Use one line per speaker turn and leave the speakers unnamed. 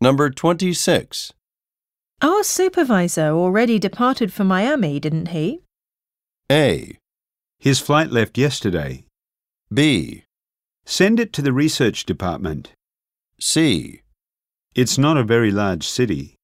Number 26.
Our supervisor already departed for Miami, didn't he?
A.
His flight left yesterday.
B.
Send it to the research department.
C.
It's not a very large city.